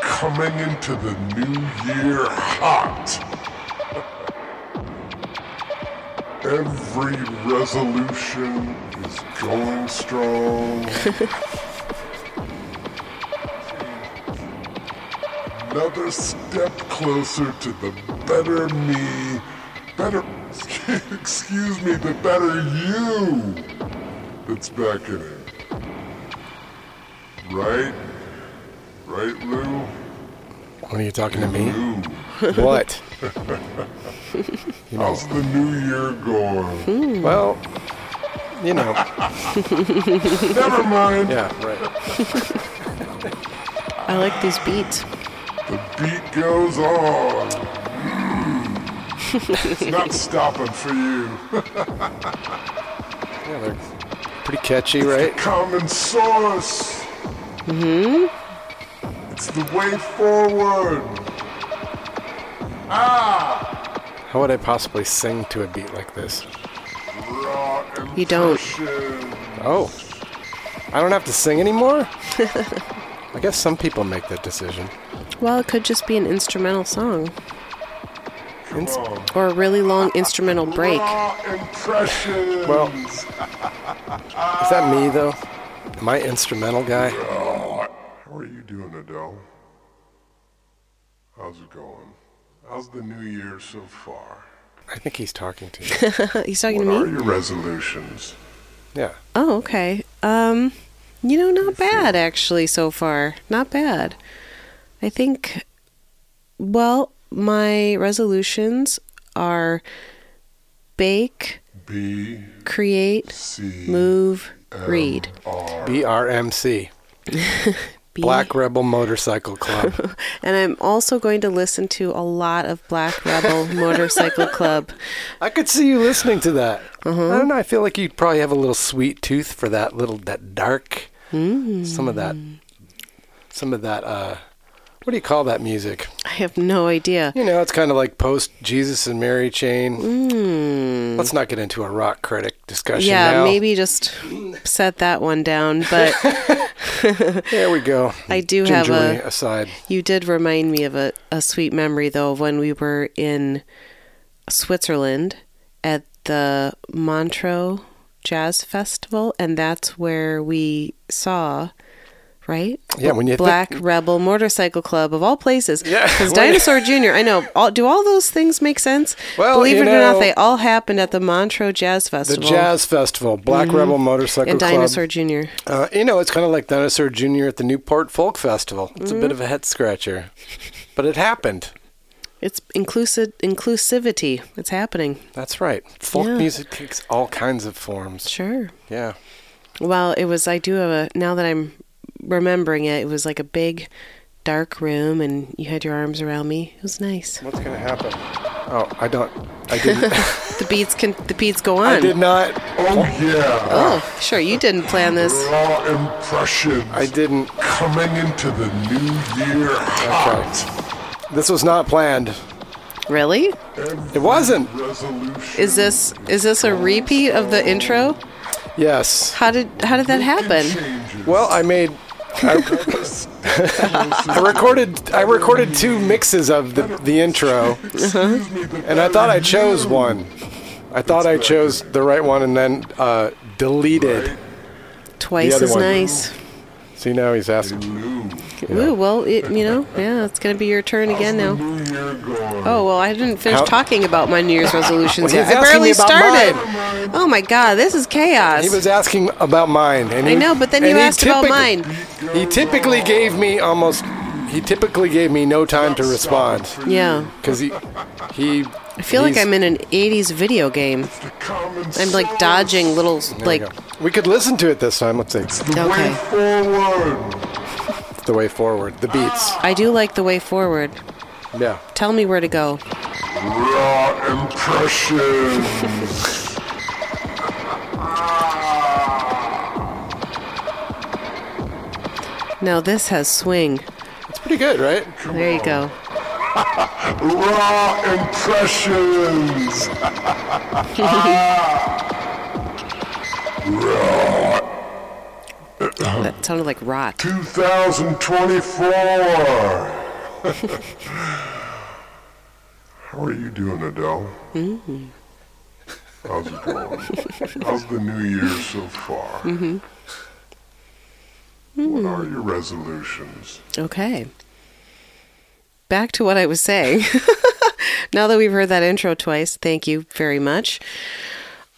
coming into the new year hot. Every resolution is going strong. Another step closer to the better me, better, excuse me, the better you that's back in it. Right? Right, Lou? What are you talking to me? Lou, what? how's the new year going? Well, you know. Never mind. Yeah, right. I like these beats. The beat goes on. it's not stopping for you. Yeah, they're pretty catchy, right? Common source. Mm-hmm. It's the way forward. Ah! How would I possibly sing to a beat like this? Raw You don't. impression. Oh, I don't have to sing anymore? I guess some people make that decision. Well, it could just be an instrumental song Ins- or a really long instrumental break. Raw impressions. Well- is that me, though? Am I instrumental guy? How are you doing, Adele? How's it going? How's the new year so far? I think he's talking to you. He's talking What to are me. your resolutions? Yeah. Oh, okay. Um, you know, not bad actually so far. Not bad. I think. Well, my resolutions are bake, B, create, C, move, read. BRMC. Be- Black Rebel Motorcycle Club. And I'm also going to listen to a lot of Black Rebel Motorcycle Club. I could see you listening to that. I don't know. I feel like you'd probably have a little sweet tooth for that little that dark, some of that, some of that. uh What do you call that music? I have no idea. You know, it's kind of like post Jesus and Mary chain. Mm. Let's not get into a rock critic discussion. Hmm. Yeah, now. maybe just set that one down. But There we go. I do have Gingerly a. aside. You did remind me of a, a sweet memory, though, of when we were in Switzerland at the Montreux Jazz Festival, and that's where we saw, right? Yeah, when you think- Black Rebel Motorcycle Club of all places. Yeah, because when- Dinosaur Jr. I know. All, do all those things make sense? Well, believe you it or know- not, they all happened at the Montreux Jazz The Festival. Jazz Festival, Black Rebel Motorcycle Mm-hmm. and Club. Dinosaur Jr. Uh, you know, it's kind of like Dinosaur Jr. at the Newport Folk Festival. It's Mm-hmm. a bit of a head scratcher, but it happened. It's inclusive inclusivity. It's happening. That's right. Folk Yeah. music takes all kinds of forms. Sure. Yeah. Well, it was. I do have a. Now that I'm remembering it, it was like a big, dark room, and you had your arms around me. It was nice. What's gonna happen? Oh, I don't. I didn't. The beats can. The beats go on. I did not. Oh yeah. Oh, sure. You didn't plan this. Raw impressions I didn't. coming into the new year hot. This was not planned. Really? It wasn't. Resolution. Is this is this a repeat of the intro? Yes. How did how did that happen? Changes. Well, I made. I recorded. I recorded two mixes of the the intro, Excuse me, the and I thought I better chose you. one. I thought I chose the right one, and then uh, deleted. Twice other as one. nice. See now he's asking. Lou, Ooh, well, it, you know, yeah, it's gonna be your turn again how's the new now. year going? Oh well, I didn't finish How- talking about my New Year's resolutions Well, yet. he's I asking barely me about started. Oh my God, this is chaos. He was asking about mine, and I he- know, but then and you he asked about typic- mine. He typically gave me almost. he typically gave me no time to respond Yeah. because he he. I feel like I'm in an 80s video game. The common I'm like dodging little, like, We could listen to it this time. Let's see The Okay. way forward. the way forward, the beats. I do like the way forward. Yeah, Tell me where to go. Raw impressions. Now this has swing. it's pretty good, right? There you go. Raw impressions. Uh-huh. That sounded like rot. 2024. How are you doing, Adele? Mm-hmm. How's it going? How's the new year so far? Mm-hmm. What are your resolutions? Okay. Back to what I was saying. now that we've heard that intro twice, thank you very much.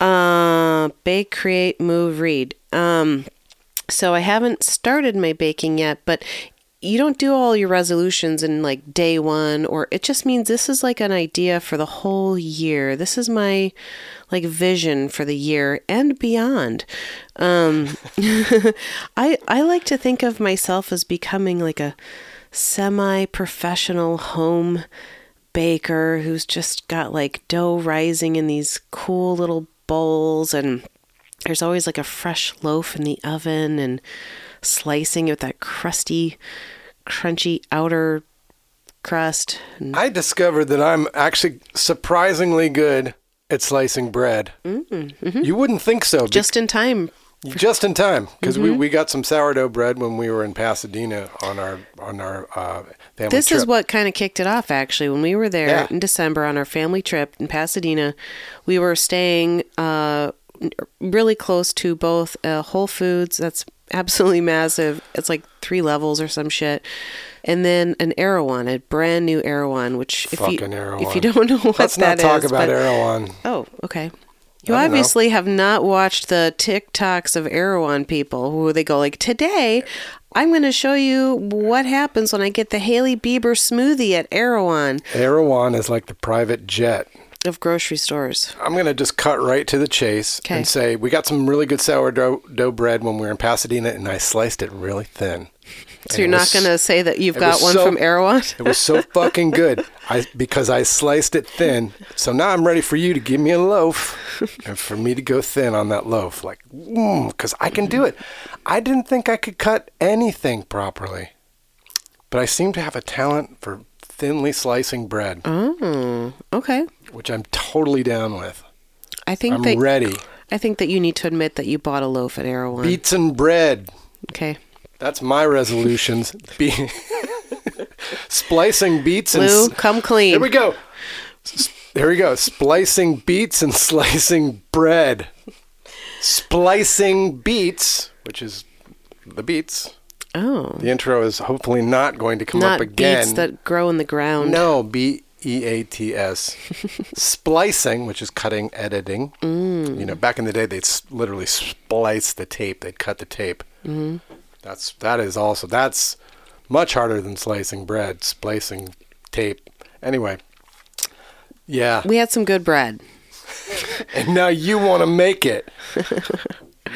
Uh, bake, create, move, read. Um, so I haven't started my baking yet, but you don't do all your resolutions in like day one, or it just means this is like an idea for the whole year. This is my like vision for the year and beyond. Um, I I like to think of myself as becoming like a semi-professional home baker who's just got like dough rising in these cool little bowls and there's always like a fresh loaf in the oven and slicing it with that crusty crunchy outer crust and I discovered that I'm actually surprisingly good at slicing bread. You wouldn't think so, just, Mm-hmm. just Mm-hmm. in time just in time, because we, we got some sourdough bread when we were in Pasadena on our on our uh, family this trip. is what kind of kicked it off actually when we were there Yeah. in december on our family trip in pasadena we were staying uh, really close to both uh, whole foods that's absolutely massive it's like three levels or some shit and then an Erewhon, a brand new Erewhon, which if you Fucking if Erewhon. you don't know what Let's not that talk is, about but- Erewhon. Oh, okay. You I don't know. obviously have not watched the TikToks of Erewhon people who they go like, "Today, I'm going to show you what happens when I get the Haley Bieber smoothie at Erewhon Erewhon is like the private jet. of grocery stores." I'm going to just cut right to the chase 'Kay. and say we got some really good sourdough dough bread when we were in Pasadena, and I sliced it really thin. So And you're it not was- going to say that you've it got was one so- from Erewhon? It was so fucking good, I because I sliced it thin. So now I'm ready for you to give me a loaf, and for me to go thin on that loaf, like because I can do it. I didn't think I could cut anything properly, but I seem to have a talent for thinly slicing bread, Oh, okay. which I'm totally down with. I think I'm that ready. I think that you need to admit that you bought a loaf at Erewhon. Beets and bread. okay. That's my resolutions. Be- splicing beets and Lou, s- come clean. Here we go. S- Here we go. Splicing beets and slicing bread. Splicing beets, which is the beets. Oh. The intro is hopefully not going to come Not up again. beets that grow in the ground. no, B E A T S. Splicing, which is cutting, editing. Mm. You know, back in the day, they'd s- literally splice the tape. They'd cut the tape. Mm-hmm. That's that is also that's much harder than slicing bread. Splicing tape. Anyway. Yeah. We had some good bread. And now you want to make it.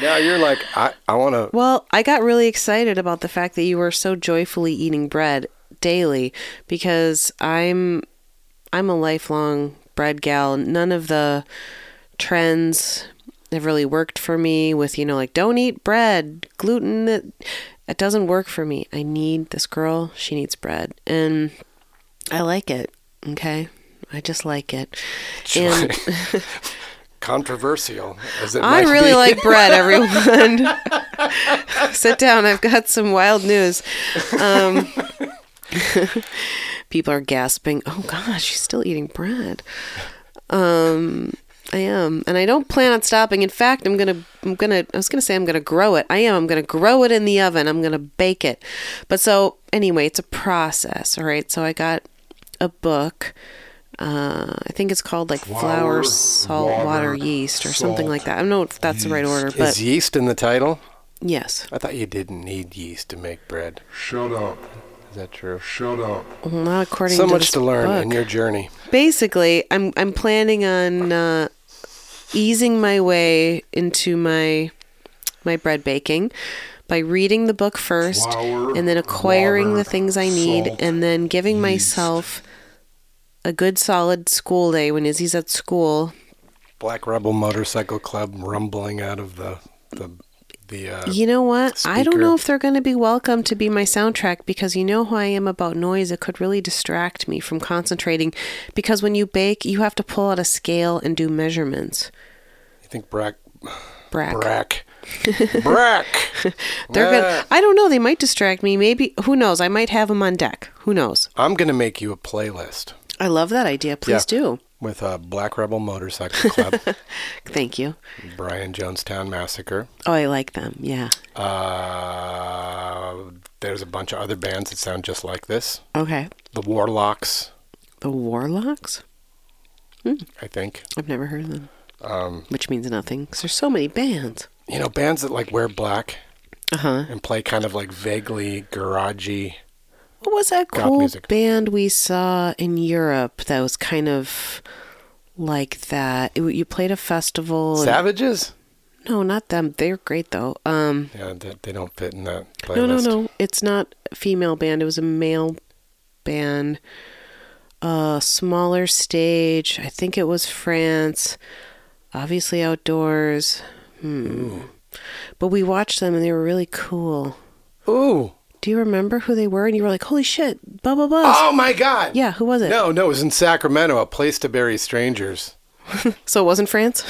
now you're like, I, I want to. Well, I got really excited about the fact that you were so joyfully eating bread daily because I'm I'm a lifelong bread gal. None of the trends have really worked for me with, you know, like don't eat bread, gluten it, it doesn't work for me. I need this girl, she needs bread. And I like it, okay? I just like it. And Controversial as it I might really be. like bread, everyone. Sit down. I've got some wild news. Um, people are gasping. Oh gosh, she's still eating bread. Um, I am, and I don't plan on stopping. In fact, I'm gonna, I'm gonna, I was gonna say I'm gonna grow it. I am. I'm gonna grow it in the oven. I'm gonna bake it. But so anyway, it's a process. All right. So I got a book. Uh, I think it's called like flour, Flour, salt, water, water, yeast, or something salt. like that. I don't know if that's the right order, but Is yeast in the title? yes. I thought you didn't need yeast to make bread. Shut up. Is that true? Shut up. Well, not according so to much this to learn book. in your journey. basically i'm i'm planning on uh, easing my way into my my bread baking by reading the book first Flour, and then acquiring water, the things i need salt, and then giving yeast. myself a good solid school day when Izzy's at school. Black Rebel Motorcycle Club rumbling out of the the the. Uh, You know what? I don't Speaker. know if they're going to be welcome to be my soundtrack because you know how I am about noise. It could really distract me from concentrating because when you bake, you have to pull out a scale and do measurements. I think Brack Brack. Brack Brack. They're Ah. gonna. I don't know. They might distract me. Maybe. Who knows? I might have them on deck. Who knows? I'm gonna make you a playlist I love that idea. Please Yeah. do. with uh, Black Rebel Motorcycle Club, Thank you. Brian Jonestown Massacre. Oh, I like them. Yeah. Uh, there's a bunch of other bands that sound just like this. Okay. The Warlocks, The Warlocks. I think. I've never heard of them. Um, Which means nothing because there's so many bands. You know, bands that like wear black Uh huh. and play kind of like vaguely garagey. What was that Rock cool music. band we saw in Europe that was kind of like that? It, you played a festival. Oh, and- Savages? no, not them. They're great though. Um, Yeah, they, they don't fit in that playlist. No, no, no. It's not a female band. It was a male band. Uh, smaller stage. I think it was France. Obviously outdoors. Hmm. But we watched them and they were really cool. Ooh. Do you remember who they were? And you were like, holy shit, blah, blah, blah. Oh my God. Yeah, who was it? No, no, it was in Sacramento, a place to bury strangers. So it wasn't France?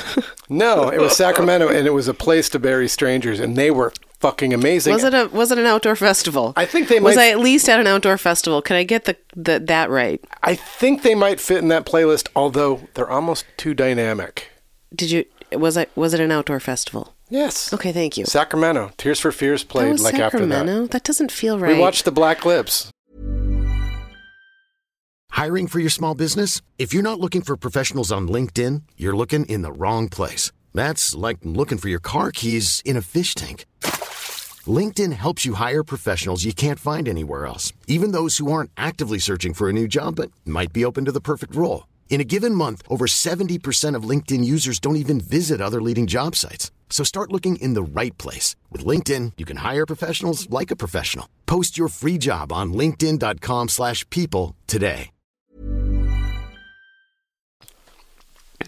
No, it was Sacramento, and it was a place to bury strangers, and they were fucking amazing. was it a was it an outdoor festival? I think they was might- I at least at an outdoor festival. Can I get the, the that right? I think they might fit in that playlist, although they're almost too dynamic. Did you was I was it an outdoor festival? Yes. Okay, thank you. Sacramento. Tears for Fears played that was like Oh, Sacramento. after that. doesn't feel that. right. We watched The Black Lips. Hiring for your small business? If you're not looking for professionals on LinkedIn, you're looking in the wrong place. That's like looking for your car keys in a fish tank. LinkedIn helps you hire professionals you can't find anywhere else, even those who aren't actively searching for a new job but might be open to the perfect role. In a given month, over 70% of LinkedIn users don't even visit other leading job sites. So start looking in the right place. With LinkedIn, you can hire professionals like a professional. Post your free job on linkedin.com/people slash people today.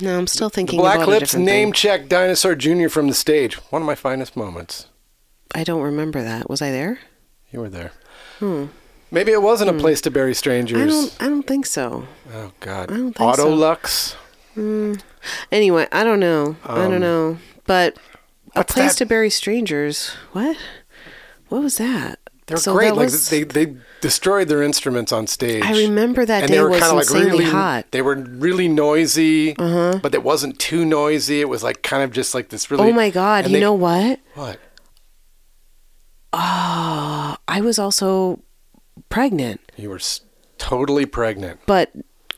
No, I'm still The thinking Black about a Lips different name thing. check Dinosaur Jr. from the stage. One of my finest moments. I don't remember that. Was I there? You were there. Maybe it wasn't a place to bury strangers. Hmm. I don't. I don't think so. oh God. I don't think so. Autolux. Anyway, I don't know. I don't know. But a Um, what's place that? to bury strangers. What? What was that? They're So great. that Like was- they they destroyed their instruments on stage. I remember that and day they were was kind of like insanely really hot. Uh-huh. They were really noisy, but it wasn't too noisy. It was like kind of just like this really. oh my god! and You they- know what? what? Oh, I was also pregnant, You were s- totally pregnant, but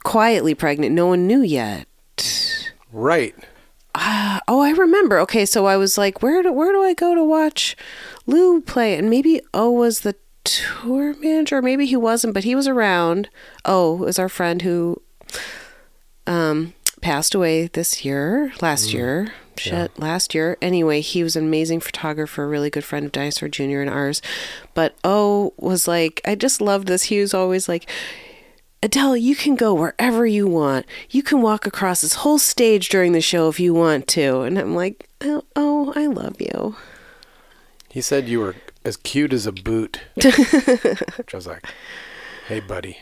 quietly pregnant. No one knew yet. right? Oh, I remember. Okay, so I was like, where do where do I go to watch Lou play? And maybe O was the tour manager, or maybe he wasn't, but he was around. O was our friend who um passed away this year, last year. Shit, last year. Anyway, he was an amazing photographer, a really good friend of Dinosaur Jr. and ours. But O was like, I just loved this. He was always like, Adele, you can go wherever you want. You can walk across this whole stage during the show if you want to. And I'm like, oh, oh I love you. He said you were as cute as a boot. Which I was like, hey, buddy,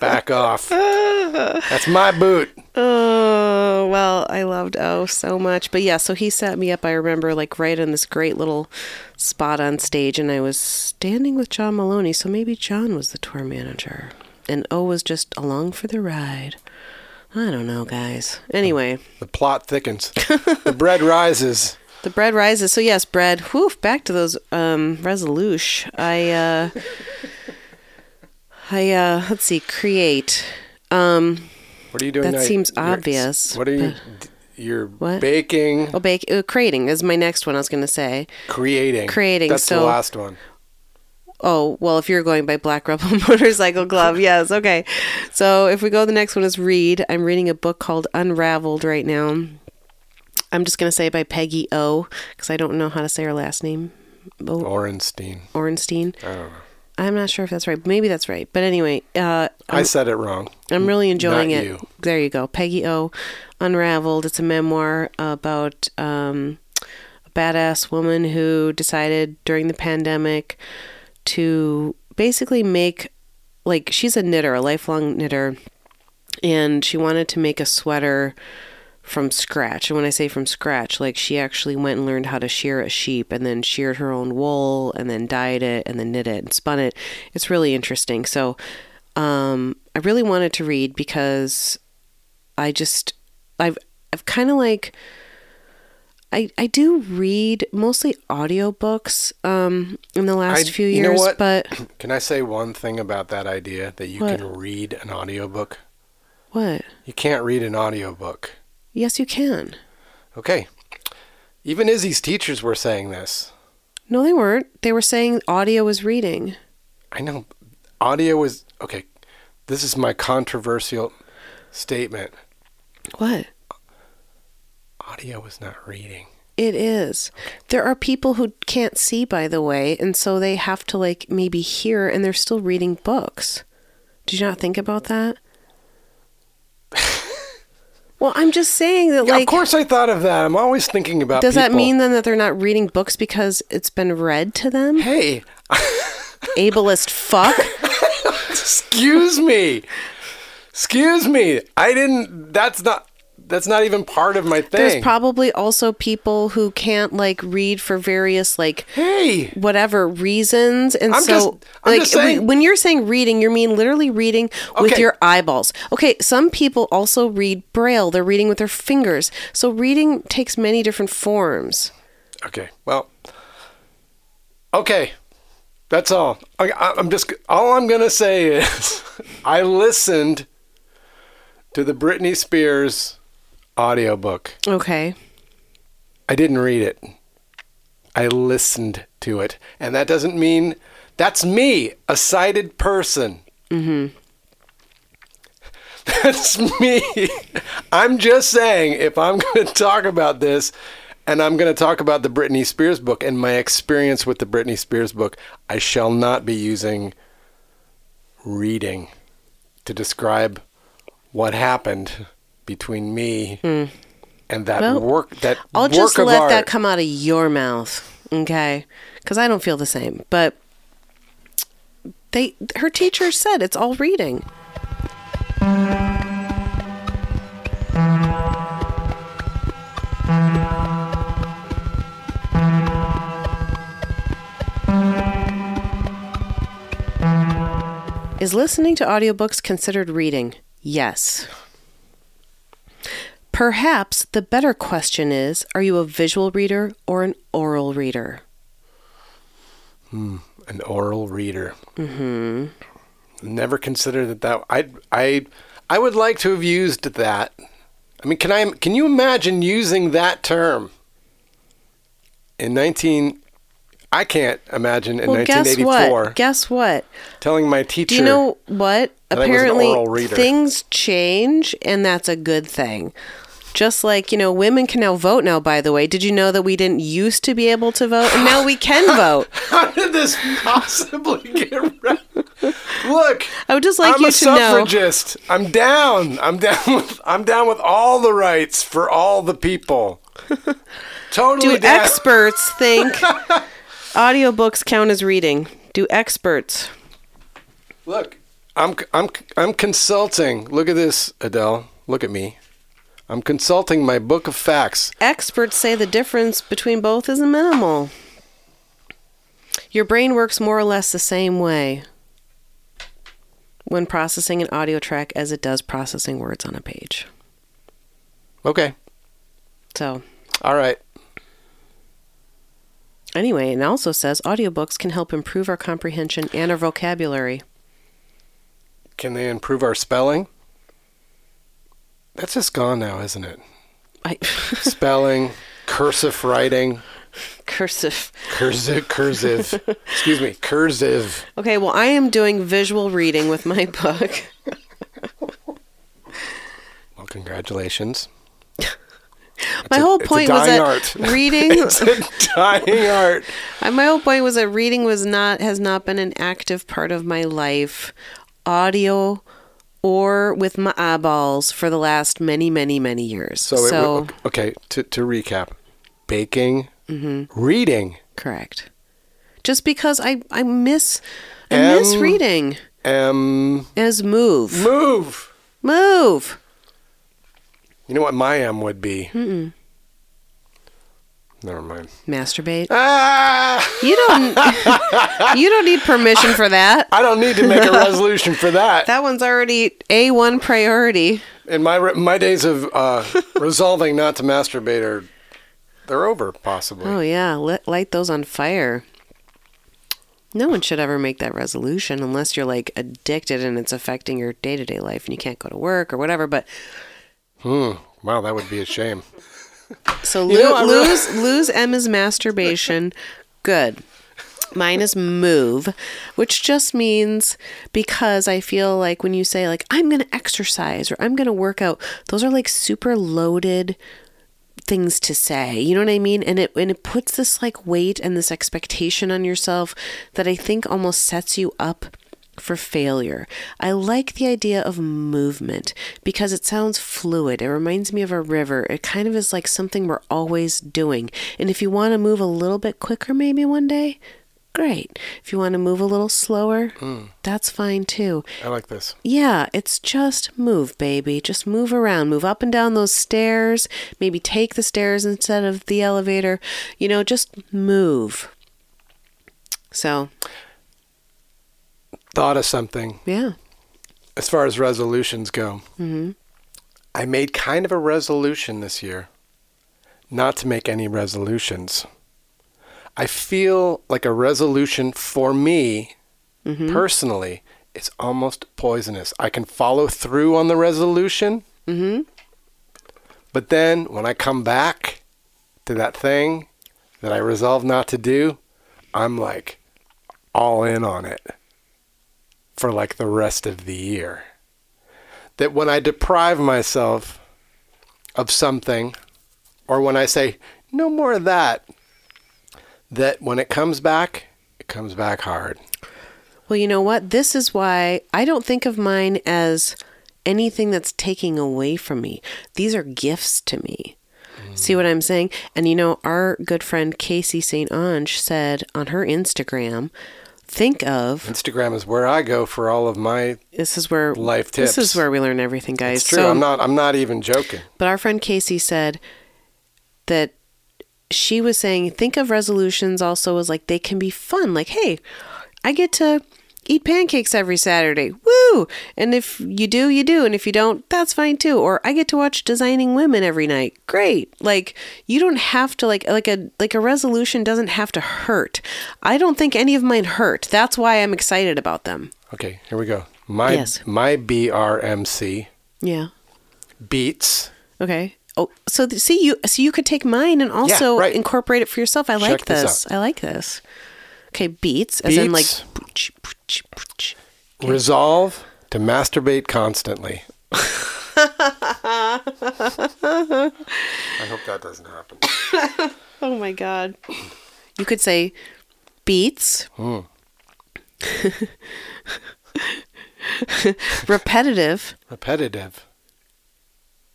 back off. That's my boot. Oh, well, I loved Oh so much. But yeah, so he set me up, I remember, like right in this great little spot on stage. And I was standing with John Maloney. So maybe John was the tour manager. And O was just along for the ride. I don't know, guys. Anyway. The plot thickens, the bread rises. The bread rises. So yes, bread. Whew, back to those um resolution. I uh I uh let's see, create. Um What are you doing? That tonight? seems You're- obvious, What are you? You're What? baking, oh bake uh, creating is my next one I was gonna say. creating, Creating, That's the so- last one. Oh, well, if you're going by Black Rebel Motorcycle Club, yes, okay. So if we go, the next one is read. I'm reading a book called Unraveled right now. I'm just going to say by Peggy O because I don't know how to say her last name. O- Orenstein. Orenstein. I'm not sure if that's right. Maybe that's right. But anyway, uh, I said it wrong. I'm really enjoying Not it. you. There you go. Peggy O, Unraveled. It's a memoir about um, a badass woman who decided during the pandemic to basically make, like, she's a knitter, a lifelong knitter, and she wanted to make a sweater from scratch. And when I say from scratch, like, she actually went and learned how to shear a sheep and then sheared her own wool and then dyed it and then knit it and spun it. It's really interesting. So, um, I really wanted to read because I just I've I've kind of like I I do read mostly audiobooks um in the last I- few you years know what? but Can I say one thing about that idea that you What? can read an audiobook? what? You can't read an audiobook. Yes, you can. Okay. Even Izzy's teachers were saying this. No, they weren't. They were saying audio was reading. I know audio is okay. This is my controversial statement. What? Audio is not reading. It is. There are people who can't see by the way, and so they have to like maybe hear and they're still reading books. Did you not think about that? well, I'm just saying that like of course, I thought of that. I'm always thinking about. Does that people. mean then that they're not reading books because it's been read to them? Hey, Ableist fuck. excuse me, excuse me. I didn't. That's not. That's not even part of my There's thing. probably also people who can't like read for various like hey, whatever reasons and I'm so just- I'm like just saying- when you're saying reading you mean literally reading with Okay. your eyeballs okay some people also read braille they're reading with their fingers so reading takes many different forms Okay. Well. Okay. That's all. I, I- I'm just. All I'm gonna say is, I listened to the Britney Spears audiobook. okay I didn't read it. I listened to it, and that doesn't mean that's me, a sighted person. Mm-hmm. That's me. I'm just saying, if I'm going to talk about this, and I'm going to talk about the Britney Spears book and my experience with the Britney Spears book, I shall not be using reading to describe what happened between me and that Well, work. That I'll work just of let art. that come out of your mouth, okay? Because I don't feel the same. But they, her teacher said it's all reading. Is listening to audiobooks considered reading? Yes. Perhaps the better question is are you a visual reader or an oral reader? an oral reader. Mm-hmm. Never considered that. That I I I would like to have used that. I mean, can I? Can you imagine using that term in nineteen? I can't imagine in well, guess 1984 what? Guess what? telling my teacher. Do you know what? I was an oral Apparently, reader. things change, and that's a good thing. Just like, you know, women can now vote now, by the way. Did you know that we didn't used to be able to vote? And now we can vote. how did this possibly get? Right? Look, I would just like I'm you a to know- suffragist. I'm down. I'm down with. I'm down with all the rights for all the people. Totally Do down. experts think audiobooks count as reading? Do experts? Look, I'm I'm I'm consulting. Look at this, Adele. Look at me. I'm consulting my book of facts. Experts say the difference between both is minimal. Your brain works more or less the same way when processing an audio track as it does processing words on a page. Okay. So, All right. anyway, and also says audiobooks can help improve our comprehension and our vocabulary. Can they improve our spelling? That's just gone now, isn't it? I, Spelling, cursive writing. Cursive. Cursive, cursive. Excuse me, cursive. Okay, well, I am doing visual reading with my book. Well, congratulations. my whole it's a point was dying that art. reading. It's a dying art. Uh, my whole point was that reading was not has not been an active part of my life, audio or with my eyeballs for the last many, many, many years. So, So, it, w- okay, to, to recap baking, Mm-hmm. reading, correct. Just because I I miss I miss Um, reading M, is move move. move. You know what my M would be? Mm-mm. Never mind. Masturbate. Ah, You don't. you don't need permission for that. I don't need to make a resolution for that. That one's already a one priority. In my re- my days of uh, resolving not to masturbate are they're over, possibly. Oh yeah, Let, light those on fire. No one should ever make that resolution unless you're like addicted and it's affecting your day to day life and you can't go to work or whatever. But Wow, that would be a shame. so You know, lo- I re- lose lose M is masturbation. Good. Mine is move, which just means because I feel like when you say like I'm going to exercise or I'm going to work out, those are like super loaded things to say. You know what I mean? And it and it puts this like weight and this expectation on yourself that I think almost sets you up for failure. I like the idea of movement because it sounds fluid. It reminds me of a river. It kind of is like something we're always doing. And if you want to move a little bit quicker maybe one day, great. If you want to move a little slower, that's fine too. I like this. Yeah, it's just move, baby. Just move around. Move up and down those stairs. Maybe take the stairs instead of the elevator. You know, just move. So, Thought of something yeah. as far as resolutions go. Mm-hmm. I made kind of a resolution this year, not to make any resolutions. I feel like a resolution for me Mm-hmm. personally is almost poisonous. I can follow through on the resolution, mm-hmm. but then when I come back to that thing that I resolved not to do, I'm like all in on it for like the rest of the year. That when I deprive myself of something, or when I say, no more of that, that when it comes back, it comes back hard. Well, you know what? This is why I don't think of mine as anything that's taking away from me. These are gifts to me. See what I'm saying? And you know, our good friend Casey St. Ange said on her Instagram, think of Instagram is where I go for all of my. this is where Life tips. This is where we learn everything, guys. It's true. I'm not. I'm not even joking. But our friend Casey said that she was saying, think of resolutions also as like they can be fun. Like, hey, I get to eat pancakes every Saturday. Woo! And if you do, you do. And if you don't, that's fine too. Or I get to watch Designing Women every night. Great. Like you don't have to like like a like a resolution doesn't have to hurt. I don't think any of mine hurt. That's why I'm excited about them. Okay, here we go. My Yes. my BRMC Yeah. beats. Okay. Oh, so th- see you. So you could take mine and also right. incorporate it for yourself. I like Check this this. out. I like this. Okay, beats, as in like. Beats. pooch, pooch, pooch. Resolve to masturbate constantly. I hope that doesn't happen. Oh my god. You could say beats. Hmm. repetitive Repetitive.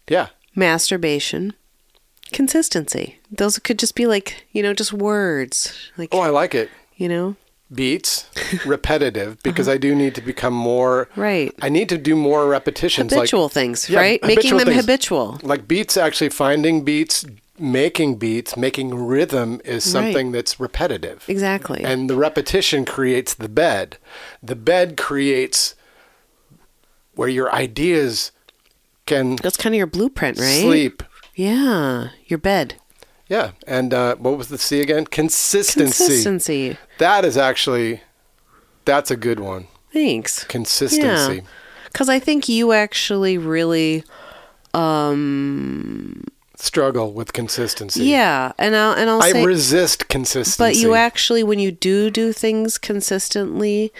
Yeah. masturbation, consistency. Those could just be like you know just words like Oh, I like it. you know Beats, repetitive, because I do need to become more. Right. I need to do more repetitions. habitual like, things, Yeah, right? Making habitual them things. habitual. Like beats, actually finding beats, making beats, making rhythm is something that's repetitive. Exactly. And the repetition creates the bed. The bed creates where your ideas can That's kind of your blueprint, right? sleep. Yeah, your bed. Yeah. And uh, what was the C again? Consistency. Consistency. That is actually, that's a good one. Thanks. Consistency. Because I think you actually really um, struggle with consistency. Yeah, and I'll and I'll I say, resist consistency. but you actually, when you do do things consistently,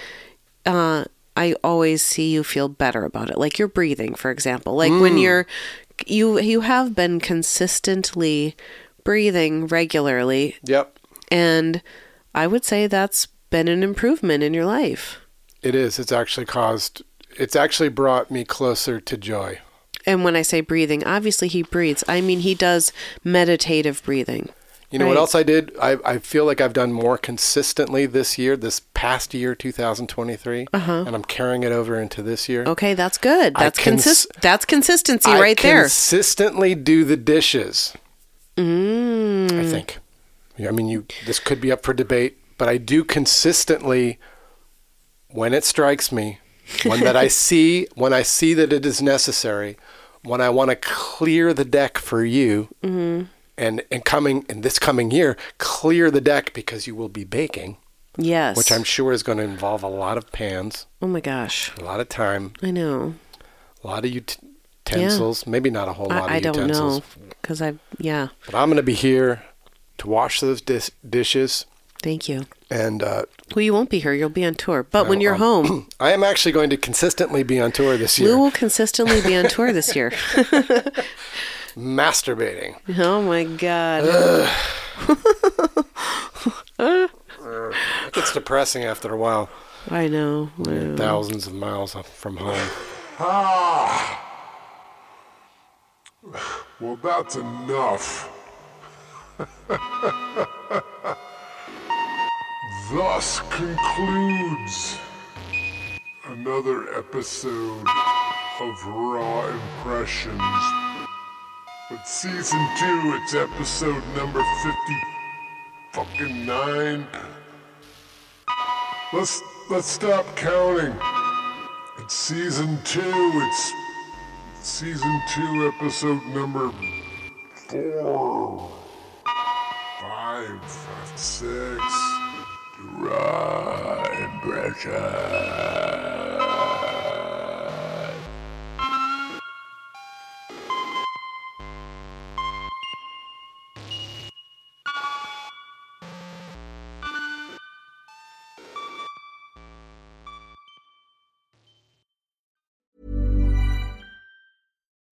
uh, I always see you feel better about it. Like your breathing, for example. Like when Mm. you're you you have been consistently breathing regularly, Yep, and I would say that's been an improvement in your life. it is. It's actually caused. It's actually brought me closer to joy. And when I say breathing, obviously he breathes. I mean, he does meditative breathing. You know what Right. else I did? I, I feel like I've done more consistently this year, this past year, 2023, and I'm carrying it over into this year. Uh-huh. Okay, that's good. I That's cons- consist. That's consistency I right there. Consistently do the dishes. Mm-hmm. Mm. I think. Yeah, I mean, you. This could be up for debate, but I do consistently when it strikes me, when that I see, when I see that it is necessary, when I want to clear the deck for you, Mm-hmm. and and coming in this coming year, clear the deck because you will be baking, yes. which I'm sure is going to involve a lot of pans, Oh my gosh. a lot of time, I know. a lot of ut- utensils. Maybe not a whole lot I, I of don't utensils. know because I. Yeah. But I'm going to be here to wash those dis- dishes. Thank you. And uh, Well, you won't be here. You'll be on tour. But when you're home, um, I am actually going to consistently be on tour this year, Lou will consistently be on tour this year. masturbating. oh my god. It gets depressing after a while. I know. Lou. Thousands of miles from home. Ah! Well, that's enough. Thus concludes another episode of Raw Impressions. But season two, it's episode number 50 fucking nine. Let's let's stop counting. It's season two. It's season two, episode number four, five, six. Raw impression.